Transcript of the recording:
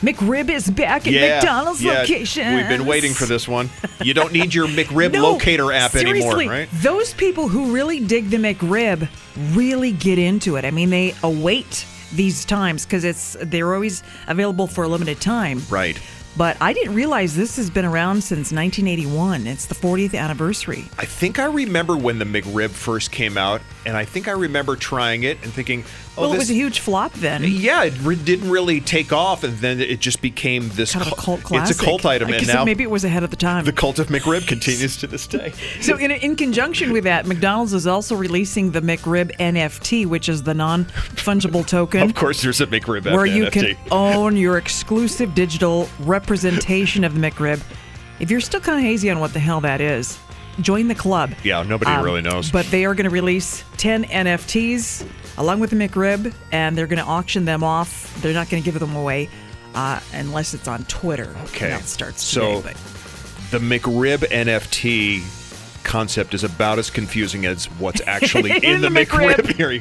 McRib is back at Yeah, McDonald's yeah, location. We've been waiting for this one. You don't need your McRib No, locator app anymore, seriously, right? Those people who really dig the McRib really get into it. I mean, they await these times because it's they're always available for a limited time. Right. But I didn't realize this has been around since 1981. It's the 40th anniversary. I think I remember when the McRib first came out, and I think I remember trying it and thinking, "Oh, well, this it was a huge flop then. Yeah, it re- didn't really take off, and then it just became this Kind of a cul- cult classic. It's a cult item, I and guess it- now maybe it was ahead of the time. the cult of McRib continues to this day. So, in, in conjunction with that, McDonald's is also releasing the McRib NFT, which is the non fungible token. Of course, there's a McRib where at you NFT. can own your exclusive digital representation of the McRib. If you're still kind of hazy on what the hell that is, join the club. Um, Yeah, nobody really knows. But they are going to release 10 NFTs along with the McRib, and they're going to auction them off. They're not going to give them away uh, unless it's on Twitter. Okay. And that starts So- today. the McRib NFT concept is about as confusing as what's actually in, the, McRib. Here you